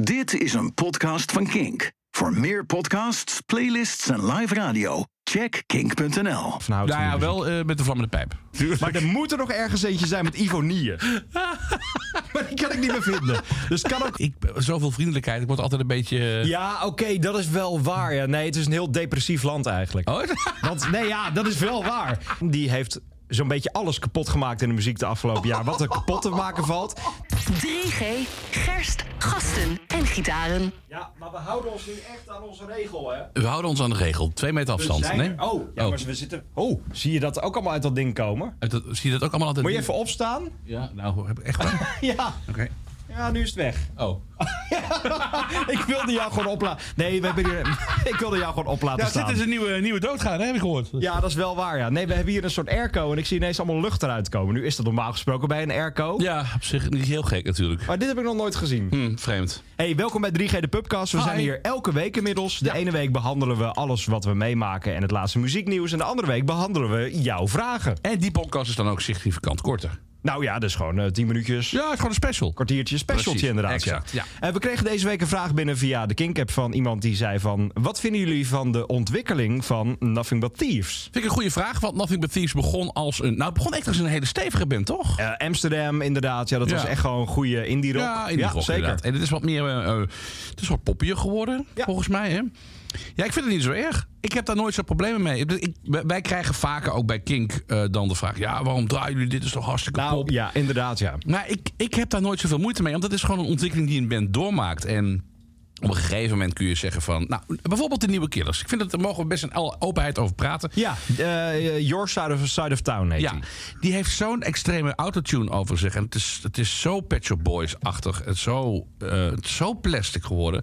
Dit is een podcast van Kink. Voor meer podcasts, playlists en live radio, check kink.nl. Van houdt van Nou ja, muziek. wel eh, met de vlammende pijp. Maar er moet er nog ergens eentje zijn met Ivo Nieën. maar die kan ik niet meer vinden. Dus kan ook... Ik, zoveel vriendelijkheid, ik word altijd een beetje... Ja, oké, dat is wel waar. Ja. Nee, het is een heel depressief land eigenlijk. Oh, Want nee, ja, dat is wel waar. Die heeft zo'n beetje alles kapot gemaakt in de muziek de afgelopen jaar. Wat er kapot te maken valt. 3G, gerst, gasten en gitaren. Ja, maar we houden ons nu echt aan onze regel, hè? we houden ons aan de regel. Twee meter afstand. Zijn Nee? er- Oh, ja, Oh. maar we zitten... Oh, zie je dat ook allemaal uit dat ding komen? Uit dat- zie je dat ook allemaal altijd? Moet je even opstaan? Ja, nou, heb ik echt waar. Ja. Oké. Ja, nu is het weg. Oh. ik wilde jou gewoon oplaten. Nee, we hebben hier... ik wilde jou gewoon oplaten Ja, staan. dit is een nieuwe, nieuwe doodgaan, hè, heb ik gehoord. Ja, dat is wel waar, ja. Nee, we hebben hier een soort airco en ik zie ineens allemaal lucht eruit komen. Nu is dat normaal gesproken bij een airco. Ja, op zich niet heel gek natuurlijk. Maar dit heb ik nog nooit gezien. Hm, vreemd. Hey, welkom bij 3G de Pubcast. We Hi. zijn hier elke week inmiddels. De ene week behandelen we alles wat we meemaken en het laatste muzieknieuws. En de andere week behandelen we jouw vragen. En die podcast is dan ook significant korter. Nou ja, dus gewoon eh, 10 minuutjes. Ja, het is gewoon een special. Kwartiertje specialtje Precies, inderdaad. exact, ja. En we kregen deze week een vraag binnen via de Kinkap van iemand die zei van... Wat vinden jullie van de ontwikkeling van Nothing But Thieves? Vind ik een goede vraag, want Nothing But Thieves begon als een... Nou, het begon echt als een hele stevige band, toch? Eh, Amsterdam inderdaad, ja dat Ja. was echt gewoon een goede indie rock. Ja, in die rock, zeker. inderdaad. En dit is wat meer... eh, eh, het is wat poppier geworden, Ja. volgens mij. Hè? Ja, ik vind het niet zo erg. Ik heb daar nooit zo'n problemen mee. Ik- ik- wij krijgen vaker ook bij Kink eh, dan de vraag... Ja, waarom draaien jullie dit? Dit is toch hartstikke Nou pop? ja, inderdaad ja. Maar ik, ik heb daar nooit zoveel moeite mee. Want dat is gewoon een ontwikkeling die een band doormaakt. En op een gegeven moment kun je zeggen van... Nou, bijvoorbeeld de nieuwe Killers. Ik vind dat daar mogen we best een openheid over praten. Ja, eh, Your Side of, Side of Town heet Ja, die. die heeft zo'n extreme autotune over zich. En het is, het is zo Pet Shop Boys-achtig. Het, is zo, eh, het is zo plastic geworden.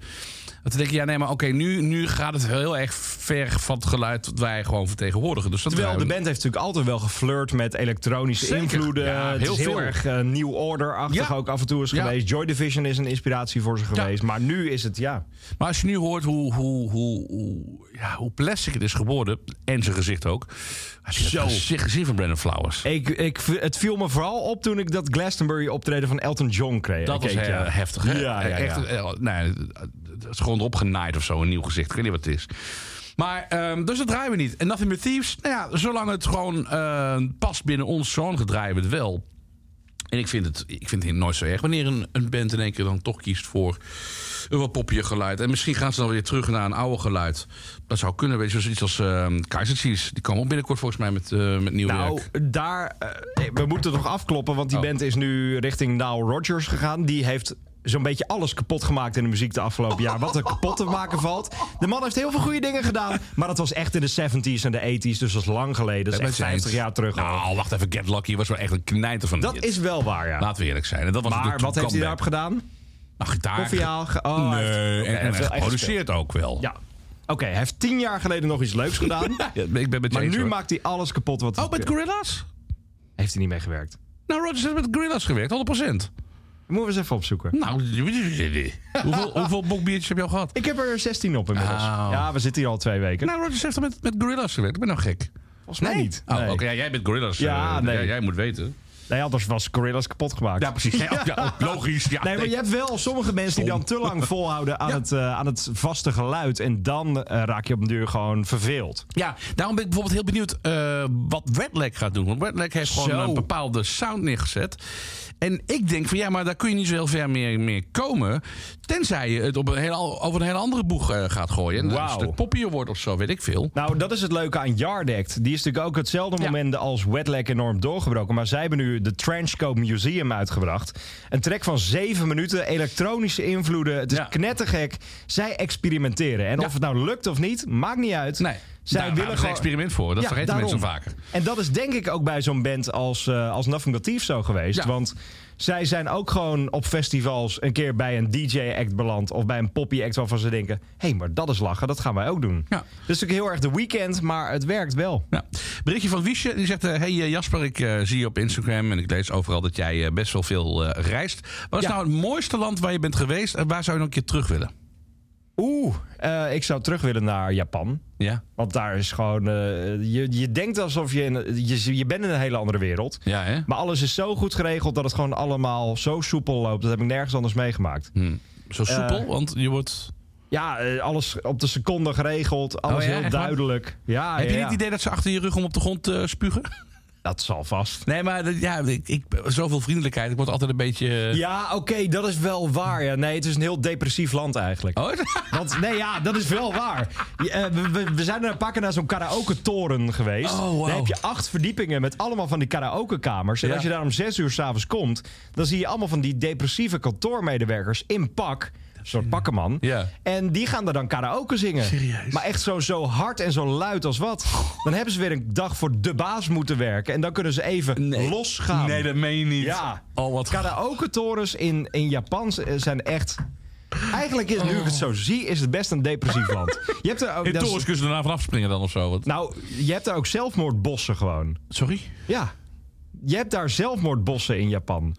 Dat dan denk je, ja nee, maar oké, nu, nu gaat het heel erg ver van het geluid... dat wij gewoon vertegenwoordigen. Dus dat Terwijl de draaien we- band heeft natuurlijk altijd wel geflirt met elektronische Zeker. invloeden. Ja, Het heel is heel veel. erg eh, New Order-achtig Ja. ook af en toe is Ja. geweest. Joy Division is een inspiratie voor ze geweest. Maar nu is het, ja... Maar als je nu hoort hoe, hoe, hoe, hoe, ja, hoe plastic het is geworden... en zijn gezicht ook. Als je Zo. het gezicht gezien van Brandon Flowers... Ik, ik, het viel me vooral op toen ik dat Glastonbury optreden van Elton John kreeg. Dat was Keek, heel ja. heftig, hè? Ja, ja, ja. Echt, eh, nee, het is gewoon erop genaaid of zo, een nieuw gezicht. Ik weet niet wat het is. Maar, ehm, dus dat draaien we niet. En Nothing But Thieves, nou ja, zolang het gewoon eh, past binnen ons genre, draaien we het wel. En ik vind het, ik vind het nooit zo erg wanneer een, een band in één keer dan toch kiest voor een wat poppier geluid. En misschien gaan ze dan weer terug naar een oude geluid. Dat zou kunnen, weet je, zoiets als ehm Kaiser Chiefs. Die komen ook binnenkort volgens mij met, eh, met nieuw Nou, werk. daar... eh, we moeten toch afkloppen, want die Oh. band is nu richting Nile Rodgers gegaan. Die heeft zo'n beetje alles kapot gemaakt in de muziek de afgelopen jaar. Wat er kapot te maken valt. De man heeft heel veel goede dingen gedaan. Maar dat was echt in de 70s en de 80s. Dus dat is lang geleden. Dat is echt 50 jaar terug. al. Nou, wacht even, Get Lucky was wel echt een knijter van Dat hit. is wel waar, ja. Laten we eerlijk zijn. En dat was maar natuurlijk wat een heeft hij daarop comeback. gedaan? Nou, gitaar. Koffiaal? ge- Oh, hij nee, heeft- en- oké, hij heeft en, hij wel echt geproduceerd ook wel. Ja. Oké, hij heeft tien jaar geleden nog iets leuks gedaan. Ja, ik ben met je maar eens, nu hoor. maakt hij alles kapot wat hij Oh, met Gorillas? Heeft hij niet mee gewerkt. Nou, Rodgers heeft met Gorillas gewerkt, 100%. Moeten we eens even opzoeken. Nou, hoeveel, hoeveel bokbiertjes heb je al gehad? Ik heb er 16 op inmiddels. Oh. Ja, we zitten hier al twee weken. Nou, Rodgers heeft er met, met Gorillas gewerkt. Ik ben nou gek. Volgens mij niet. Oh, nee. oké. ja, jij bent Gorillas. Ja, eh, nee. jij, jij moet weten. Nee, anders was Gorillas kapot gemaakt. Ja, precies. Ja, ja, logisch. Ja, Nee, maar je hebt wel sommige mensen die Stom. dan te lang volhouden aan, het, eh, aan het vaste geluid. En dan eh, raak je op een duur gewoon verveeld. Ja, daarom ben ik bijvoorbeeld heel benieuwd eh, wat Redleg gaat doen. Want Redleg heeft gewoon Zo. een bepaalde sound neergezet. En ik denk van ja, maar daar kun je niet zo heel ver meer, meer komen. Tenzij je het op een hele, over een hele andere boeg eh, gaat gooien. En een Wauw. stuk poppier wordt of zo, weet ik veel. Nou, dat is het leuke aan Yard Act. Die is natuurlijk ook hetzelfde Ja. moment als Wetlag enorm doorgebroken. Maar zij hebben nu de Trenchcoat Museum uitgebracht. Een track van zeven minuten, elektronische invloeden. Het is Ja. knettergek. Zij experimenteren. En Ja. of het nou lukt of niet, maakt niet uit. Nee, Zij daar willen willen een gewoon... experiment voor. Dat Ja, vergeten mensen daarom. vaker. En dat is denk ik ook bij zo'n band als, eh als Nothing But Thieves zo geweest. Ja. Want zij zijn ook gewoon op festivals een keer bij een DJ-act beland. Of bij een poppy-act waarvan ze denken... hé, hey, maar dat is lachen, dat gaan wij ook doen. Ja. Dat is natuurlijk heel erg de weekend, maar het werkt wel. Ja. Berichtje van Wiesje, die zegt... eh, hey eh, Jasper, ik eh, zie je op Instagram en ik lees overal dat jij eh, best wel veel eh, reist. Wat is Ja. nou het mooiste land waar je bent geweest en waar zou je nog een keer terug willen? Oeh, eh, ik zou terug willen naar Japan. Ja, Want daar is gewoon... eh, je, je denkt alsof je, in- je... Je bent in een hele andere wereld. ja hè? Maar alles is zo goed geregeld dat het gewoon allemaal zo soepel loopt. Dat heb ik nergens anders meegemaakt. Hm. Zo soepel, want je wordt... Ja, eh, alles op de seconde geregeld. Alles Oh ja, heel echt waar? duidelijk. Ja, Heb ja, je niet ja. het idee dat ze achter je rug om op de grond eh, spugen? Dat zal vast. Nee, maar dat- ja, ik, ik, zoveel vriendelijkheid. Ik word altijd een beetje... eh, Ja, oké, dat is wel waar. Ja. Nee, het is een heel depressief land eigenlijk. Oh, Want nee, ja, dat is wel waar. Je, eh, we, we- we zijn er een paar keer naar zo'n karaoke-toren geweest. Oh, wow. Daar heb je acht verdiepingen met allemaal van die karaoke-kamers. En Ja. als je daar om zes uur s'avonds komt... dan zie je allemaal van die depressieve kantoormedewerkers in pak... Een soort pakkenman. Ja. En die gaan daar dan karaoke zingen. Serieus? Maar echt zo, zo hard en zo luid als wat. Dan hebben ze weer een dag voor de baas moeten werken. En dan kunnen ze even Nee. losgaan. Nee, dat meen je niet. Ja. Oh, wat Karaoke-torens in, in Japan z- eh, zijn echt... Eigenlijk is, nu ik het zo zie, is het best een depressief land. Je hebt er ook, In dat is- torens kunnen ze daarna vanaf springen dan of zo. Wat? nou, je hebt daar ook zelfmoordbossen gewoon. Sorry? Ja. Je hebt daar zelfmoordbossen in Japan.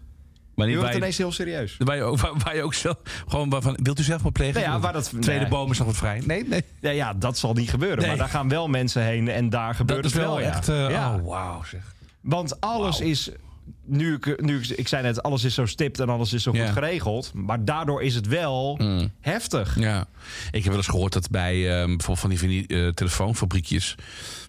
Maar Nu niet wordt het bij, ineens heel serieus. waar, je ook, waar, waar je ook zelf... Gewoon waarvan... Wilt u zelf maar plegen? Nou ja, waar dat- Tweede nee. boom is nog wat vrij. Nee, nee. Ja, ja, dat zal niet gebeuren. Nee. Maar daar gaan wel mensen heen en daar gebeurt Dat is het wel wel. ja. echt... eh, ja. Oh, wauw zeg. Want alles Wauw. is... Nu ik, nu ik, ik zei net, alles is zo stipt en alles is zo Ja. goed geregeld. Maar daardoor is het wel heftig. Ja. Ik heb wel eens gehoord dat bij ehm, bijvoorbeeld van die vini- eh, telefoonfabriekjes...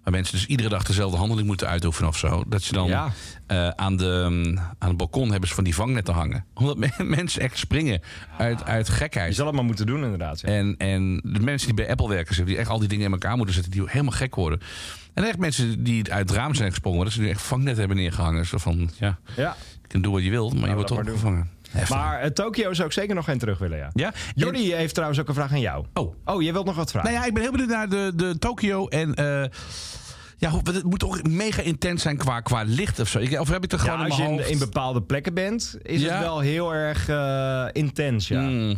waar mensen dus iedere dag dezelfde handeling moeten uitoefenen of zo... dat ze dan Ja. eh, aan, de, ehm, aan het balkon hebben ze van die vangnetten hangen. Omdat men- mensen echt springen uit, uit gekheid. Je zal het maar moeten doen inderdaad. ja. En, en de mensen die bij Apple werken, zeg, die echt al die dingen in elkaar moeten zetten, die helemaal gek worden. En echt mensen die uit het raam zijn gesprongen, dat ze nu echt vangnet hebben neergehangen. Zo van, ja, ja. je kunt doen wat je wilt, maar je dat wordt toch maar doen. opgevangen. Heftig. Maar eh, Tokio zou ik zeker nog geen terug willen, ja. ja? En- Jordi heeft trouwens ook een vraag aan jou. oh. Oh, jij wilt nog wat vragen? Nou ja, ik ben heel benieuwd naar de, de Tokio en... eh, ja, hoe- het moet toch mega intens zijn qua, qua licht of zo. Ik- Of heb ik het Ja, gewoon in als mijn je in, hoofd? in bepaalde plekken bent, is Ja. het wel heel erg eh, intens, ja. Mm.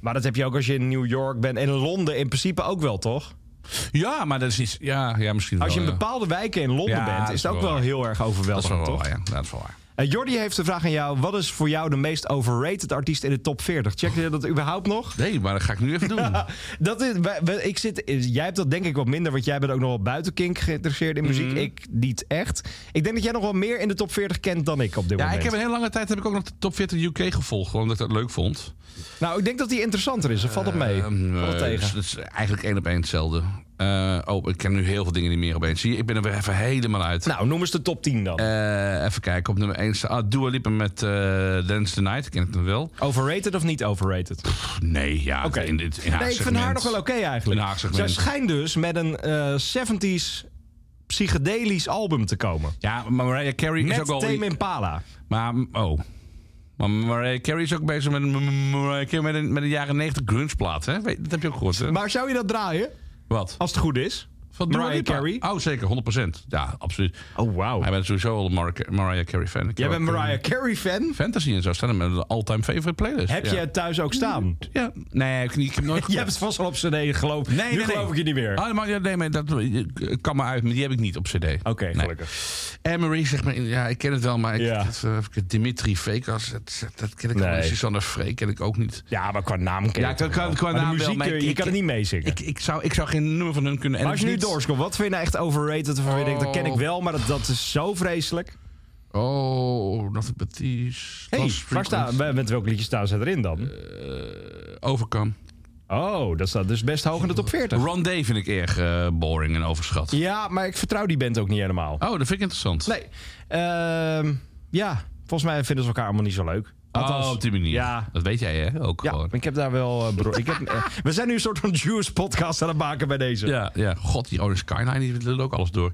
Maar dat heb je ook als je in New York bent. En Londen in principe ook wel, toch? Ja, maar dat is iets... Ja, ja misschien Als je wel, in Oh, ja. bepaalde wijken in Londen Ja, dat bent, is is het ook wel wel waar. heel erg Dat is wel overweldigend, waar, toch? ja. Ja, Dat is wel waar. Eh, Jordi heeft de vraag aan jou. Wat is voor jou de meest overrated artiest in de top 40? Check je dat überhaupt nog? Nee, maar dat ga ik nu even doen. Dat is, wij- wij- ik zit, jij hebt dat denk ik wat minder, want jij bent ook nog wel buiten kink geïnteresseerd in muziek. Mhm. Ik niet echt. Ik denk dat jij nog wel meer in de top 40 kent dan ik op dit Ja, ik moment. heb een hele lange tijd heb ik ook nog de top 40 UK gevolgd. Gewoon omdat ik dat leuk vond. Nou, ik denk dat die interessanter is. Dat valt op mee. Ehm, valt eh, op tegen. dus dat is eigenlijk één op één hetzelfde. Eh, oh, ik ken nu heel veel dingen niet meer opeens. Zie je, ik ben er weer even helemaal uit. Nou, noem eens de top 10 dan. Eh, even kijken, op nummer 1 staat ah, Dua Lipa met eh, Dance the Night. Ken ik hem wel? Overrated of niet overrated? Pff, nee, ja. Oké. In, dit- in haar Nee, ik vind segment. haar nog wel oké eigenlijk. In haar Zij segment. schijnt dus met een eh 70s psychedelisch album te komen. Ja, maar Mariah Carey is ook Met al... Tame Impala. Maar, oh. Maar Mariah Carey is ook bezig met een, Mariah Carey met een, met een jaren 90 grunge plaat. Hè? Weet- Dat heb je ook gehoord, hè? Maar Oh, zou je dat draaien? Wat? Als het goed is. Van Dua Mariah Lipa? Carey? Oh, zeker, 100%. Ja, absoluut. Oh, wauw. Hij bent sowieso al een Mar- Mariah Carey fan. Ik Jij heb bent ook, eh, Mariah Carey fan. Fantasy en zo staan er met een all-time favorite playlist. Heb ja. je het thuis ook staan? Ja. Nee, ik, ik heb nooit Je hebt het vast wel op cd geloof. Nee, nu nee, geloof nee. ik je niet meer. Oh, maar, ja, nee, maar dat eh, kan me uit, maar die heb ik niet op cd. Oké, Oké, gelukkig. Emery, zeg maar, ja, ik ken het wel, maar ik, Ja. dat, eh, Dimitri Vekas, dat, dat- dat ken ik Nee. wel. Susanne Frey ken ik ook niet. Ja, maar qua naam ken Ja, ik qua- het qua- wel. qua Maar de naam wel, muziek, maar eh, ik- je ik- kan het niet meezingen. Ik, ik, zou, ik zou geen nummer van hun kunnen. En maar als je het nu is niet- doorscrollt, wat vind je nou echt overrated? Waarvan je denkt, dat ken ik Oh. wel, maar dat, dat is zo vreselijk. Oh, Nothing But These. Hey, Lost waar Frequency, staan, met welk liedje staan ze erin dan? Overcome. Eh. Oh, dat staat dus best hoog in de top 40. Rondé vind ik erg eh, boring en overschat. Ja, maar ik vertrouw die band ook niet helemaal. Oh, dat vind ik interessant. Nee. Ehm, ja, volgens mij vinden ze elkaar allemaal niet zo leuk. oh, op die manier. Ja. Dat weet jij, hè? Ook Ja, gewoon. ik heb daar wel... eh, bro- ik heb, eh, we zijn nu een soort van Jewish podcast aan het maken bij deze. Ja, ja. God, die Orange Skyline die lult ook alles door.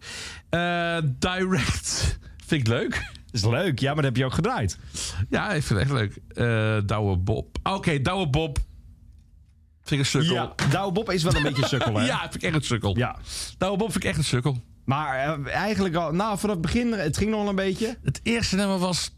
Eh, direct. Vind ik leuk. Is leuk, ja, maar dat heb je ook gedraaid. Ja, ik vind het echt leuk. Eh Douwe Bob. Oké, Douwe Bob. Vind ik een sukkel. Ja, Ja, Douwe Nou, Bob is wel een beetje sukkel, hè? vind ik echt een sukkel. Ja. Douwe Bob vind ik echt een sukkel. Maar eh, eigenlijk al... Nou, vanaf het begin, het ging nog wel een beetje. Het eerste nummer was...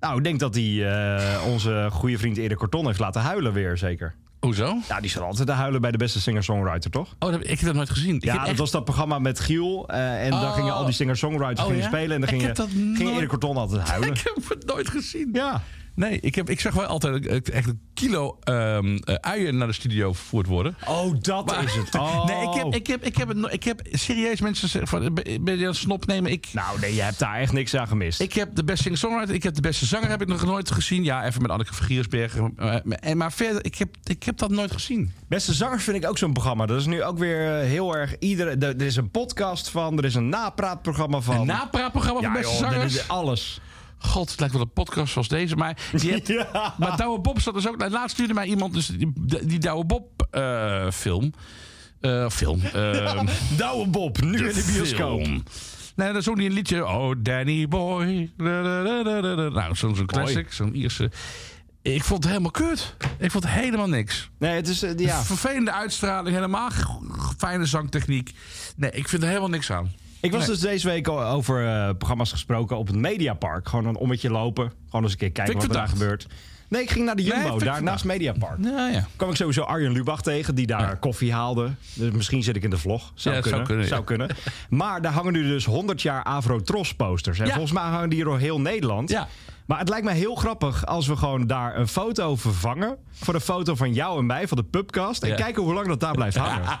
Nou, ik denk dat hij eh, onze goede vriend Erik Corton heeft laten huilen weer, zeker. Hoezo? Ja, die zal altijd te huilen bij de beste singer-songwriter, toch? Oh, dat, ik heb dat nooit gezien. Ik Ja, heb dat echt- was dat programma met Giel. eh, en daar Oh. gingen al die singer-songwriters Oh, gingen ja? spelen. En dan Ik gingen, heb dat ging nooit- Erik Corton altijd huilen. Ik heb het nooit gezien. Ja. Nee, ik, heb, ik zag wel altijd eh, echt een kilo ehm, eh, uien naar de studio vervoerd worden. Oh, dat is het. Oh. Nee, ik heb, ik, heb, ik, heb het no- ik heb serieus mensen zeggen van, ben ben je een snop nemen? Ik, Nou, nee, je hebt daar echt niks aan gemist. ik heb de beste singer-songwriter, ik heb de beste zanger heb ik nog nooit gezien. Ja, even met Anneke van Giersbergen. eh, en Maar verder, ik heb, ik heb dat nooit gezien. Beste zangers vind ik ook zo'n programma. Dat is nu ook weer eh, heel erg iedere. Er er is een podcast van, er is een napraatprogramma van. Een napraatprogramma ja, van beste joh, zangers? dit is alles. God, het lijkt wel een podcast zoals deze. Maar, die hebt, Ja. maar Douwe Bob zat dus ook... nou, Laatst stuurde mij iemand dus die, die Douwe Bob eh, film... Eh, film. ehm, Douwe Bob, nu in de bioscoop. film. Nee, dan zong hij een liedje. Oh, Danny Boy. Da, da, da, da, da, da. Nou, zo'n zo'n classic, zo'n Ierse. Ik vond het helemaal kut. Ik vond helemaal niks. Nee, het is. eh, ja. Vervelende uitstraling, helemaal g- g- fijne zangtechniek. Nee, ik vind er helemaal niks aan. Ik was Nee. dus deze week al over eh, programma's gesproken op het Mediapark. Gewoon een ommetje lopen. Gewoon eens een keer kijken Vind wat ik er daar gebeurt. Nee, ik ging naar de Jumbo, vind ik daar vandaag. naast Mediapark. Nou ja. kwam ik sowieso Arjen Lubach tegen, die daar koffie haalde. Dus misschien zit ik in de vlog. Zou Ja, het kunnen. zou Zou kunnen, kunnen, ja. Maar daar hangen nu dus 100 jaar Avro Tros posters. En Ja. volgens mij hangen die door heel Nederland. Ja. Maar het lijkt mij heel grappig als we gewoon daar een foto vervangen... voor een foto van jou en mij, van de pubcast... en Ja. kijken hoe lang dat daar blijft hangen.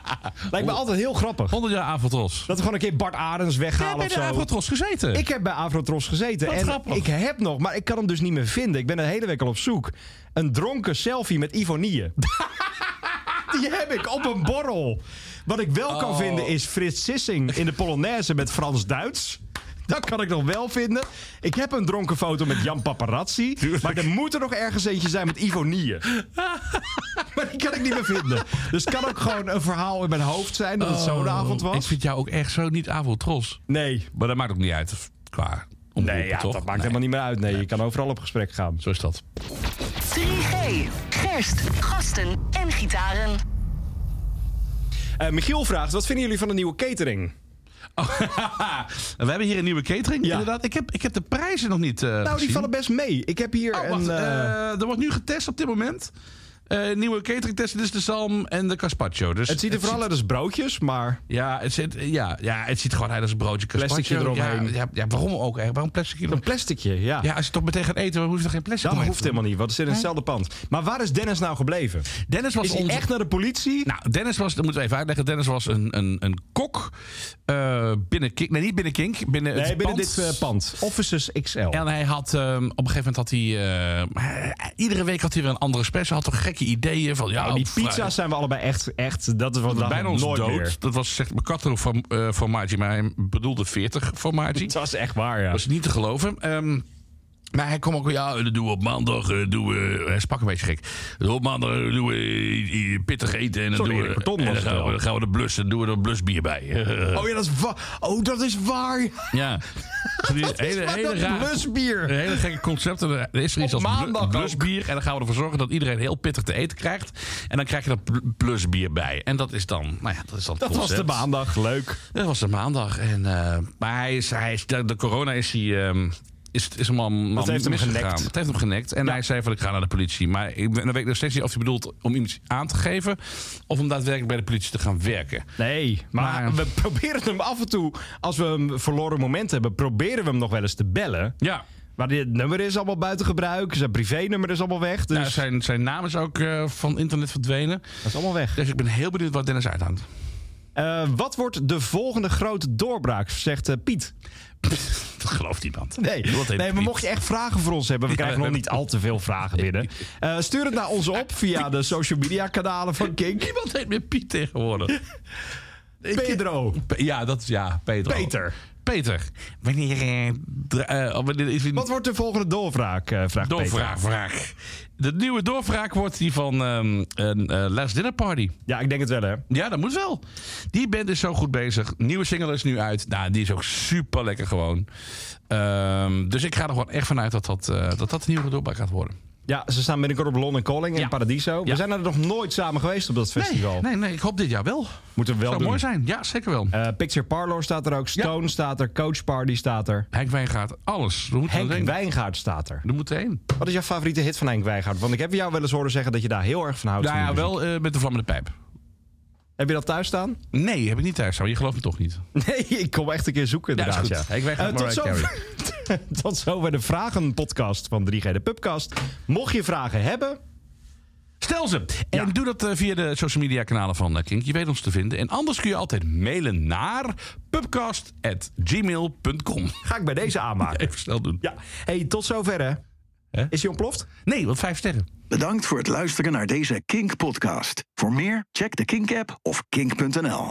lijkt me altijd heel grappig. 100 jaar Avatros. Dat we gewoon een keer Bart Arends Jij hebt weghalen bij of de zo. Avatros gezeten. Ik heb bij Avrotros gezeten. Wat en grappig. ik heb nog, maar ik kan hem dus niet meer vinden. Ik ben de hele week al op zoek. Een dronken selfie met Ivonieën. Die heb ik op een borrel. Wat ik wel kan Oh. vinden is Frits Sissing in de Polonaise met Frans-Duits. Dat kan ik nog wel vinden. Ik heb een dronken foto met Jan Paparazzi. Maar er moet er nog ergens eentje zijn met Ivonieën. maar die kan ik niet meer vinden. Dus het kan ook gewoon een verhaal in mijn hoofd zijn dat het zo'n avond was. Oh, Ik vind jou ook echt zo niet Avatros. Nee, Maar dat maakt ook niet uit. Qua Nee, omroepen, ja, dat toch? maakt Nee, helemaal niet meer uit. Nee, je kan overal op gesprek gaan. Zo is dat. 3G, gerst, gasten en gitaren. Eh, Michiel vraagt, wat vinden jullie van de nieuwe catering? Oh, we hebben hier een nieuwe catering, Ja. inderdaad. Ik heb, ik heb de prijzen nog niet eh Nou, die gezien. vallen best mee. Ik heb hier Oh, een... wacht, eh, eh, er wordt nu getest op dit moment. Eh, nieuwe cateringtest, dit is de zalm en de carpaccio. Dus het ziet er vooral uit als broodjes, maar... ja, het ziet, ja, ja, het ziet gewoon uit als een broodje carpaccio. Plasticje eromheen. Ja, ja, ja, waarom ook? Hè? Waarom plastic Een hierom? plasticje, ja. Ja, als je toch meteen gaat eten, dan hoef je toch geen plastic Dat omheen hoeft te doen? helemaal niet, want het zit in hetzelfde pand. Maar waar is Dennis nou gebleven? Dennis was Is hij onze- echt naar de politie? Nou, Dennis was, dat moeten we even uitleggen. Dennis was een, een, een kok eh, binnen Kink. Nee, niet binnen Kink. Binnen nee, het binnen pand. dit eh, pand. Officers XL. En hij had ehm, op een gegeven moment had hij. eh, iedere week had hij weer een andere special. Had toch gekke ideeën van. Ja, Oh, die op vrij- pizza's zijn we allebei echt... echt dat is wat we Bijna ons nooit dood. meer. Dat was zegt Mercato van eh, formatie, maar hij bedoelde 40 formatie. Dat is echt waar, ja. Dat is niet te geloven. Ehm, maar hij kwam ook, ja, dat doen we op maandag. eh, doen we, hij sprak een beetje gek. Dat doen we Op maandag eh, doen we eh, eh, pittig eten. En dan, Sorry, doen Erik we, Breton was het en dan, gaan, we, wel. dan gaan we de blus, dan doen we er blusbier bij. Oh ja, dat is waar. Oh, dat is waar. Ja. Dus die hele, Maar hele dat raar- blusbier. Een hele gekke concept. En Er is er iets Op als blu- maandag ook. blusbier. En dan gaan we ervoor zorgen dat iedereen heel pittig te eten krijgt. En dan krijg je dat bl- blusbier bij. En dat is dan, nou ja, dat is dan het Dat was de concept. maandag. Leuk. Dat was de maandag. En, eh, maar hij is, hij is, de, de corona is hij... ehm, is, is hem al man heeft hem misgegaan. genekt. Het heeft hem genekt. En hij zei van ik ga naar de politie. Maar ik, ben- dan weet ik nog steeds niet of hij bedoelt om iemand aan te geven. Of om daadwerkelijk bij de politie te gaan werken. Nee, maar, Maar- we proberen hem af en toe, als we een verloren moment hebben, proberen we hem nog wel eens te bellen. Ja. Maar dit nummer is allemaal buiten gebruik, zijn privénummer is allemaal weg. Dus Nou, zijn, zijn naam is ook eh, van internet verdwenen. dat is allemaal weg. Dus ik ben heel benieuwd wat Dennis uithangt. Eh, wat wordt de volgende grote doorbraak, zegt eh, Piet. dat gelooft niemand. Nee, Dat heet nee maar Piet. mocht je echt vragen voor ons hebben, we krijgen nog niet al te veel vragen binnen. Eh, stuur het naar ons op via de social media kanalen van Kink. Niemand heet meer Piet tegenwoordig. Ik- Pedro. Pe- ja, dat is ja, Peter. Peter. Peter. Wanneer, eh, dra- eh, wanneer is Wat wordt de volgende doorbraak, eh, vraagt Peter. doorvraag? Vraag. De nieuwe doorvraag wordt die van ehm een eh, Last Dinner Party. Ja, ik denk het wel hè. Ja, dat moet wel. Die band is zo goed bezig. Nieuwe single is nu uit. Nou, die is ook super lekker gewoon. Ehm, dus ik ga er gewoon echt vanuit dat dat, eh, dat, dat de nieuwe doorbraak gaat worden. Ja, ze staan binnenkort op London Calling in Ja. Paradiso. Ja. We zijn er nog nooit samen geweest op dat festival. Nee, nee, nee, ik hoop dit jaar wel. Moeten we wel Zou doen. mooi zijn. Ja, zeker wel. Eh, Picture Parlor staat er ook. Stone staat er. Coach Party staat er. Henk Wijngaard, alles. We moeten Henk Oh, erheen. Wijngaard staat er. We moeten heen. Wat is jouw favoriete hit van Henk Wijngaard? Want ik heb jou wel eens horen zeggen dat je daar heel erg van houdt. Nou van ja, die muziek. wel eh, met de vlammende pijp. Heb je dat thuis staan? Nee, heb ik niet thuis. maar Je gelooft me toch niet. Nee, ik kom echt een keer zoeken Ja, is inderdaad. goed. Ja, Ik weig met Eh, tot, Mariah zover, Tot zover de vragenpodcast van 3G, de pubcast. Mocht je vragen hebben, Stel ze. En doe dat eh, via de social media kanalen van eh, Kink. Je weet ons te vinden. En anders kun je altijd mailen naar pubcast.gmail.com. ga ik bij deze aanmaken. Even snel doen. Ja, hey, tot zover hè. Hè? Is hij ontploft? Nee, wat vijf sterren. Bedankt voor het luisteren naar deze Kink-podcast. Voor meer, check de Kink-app of kink.nl.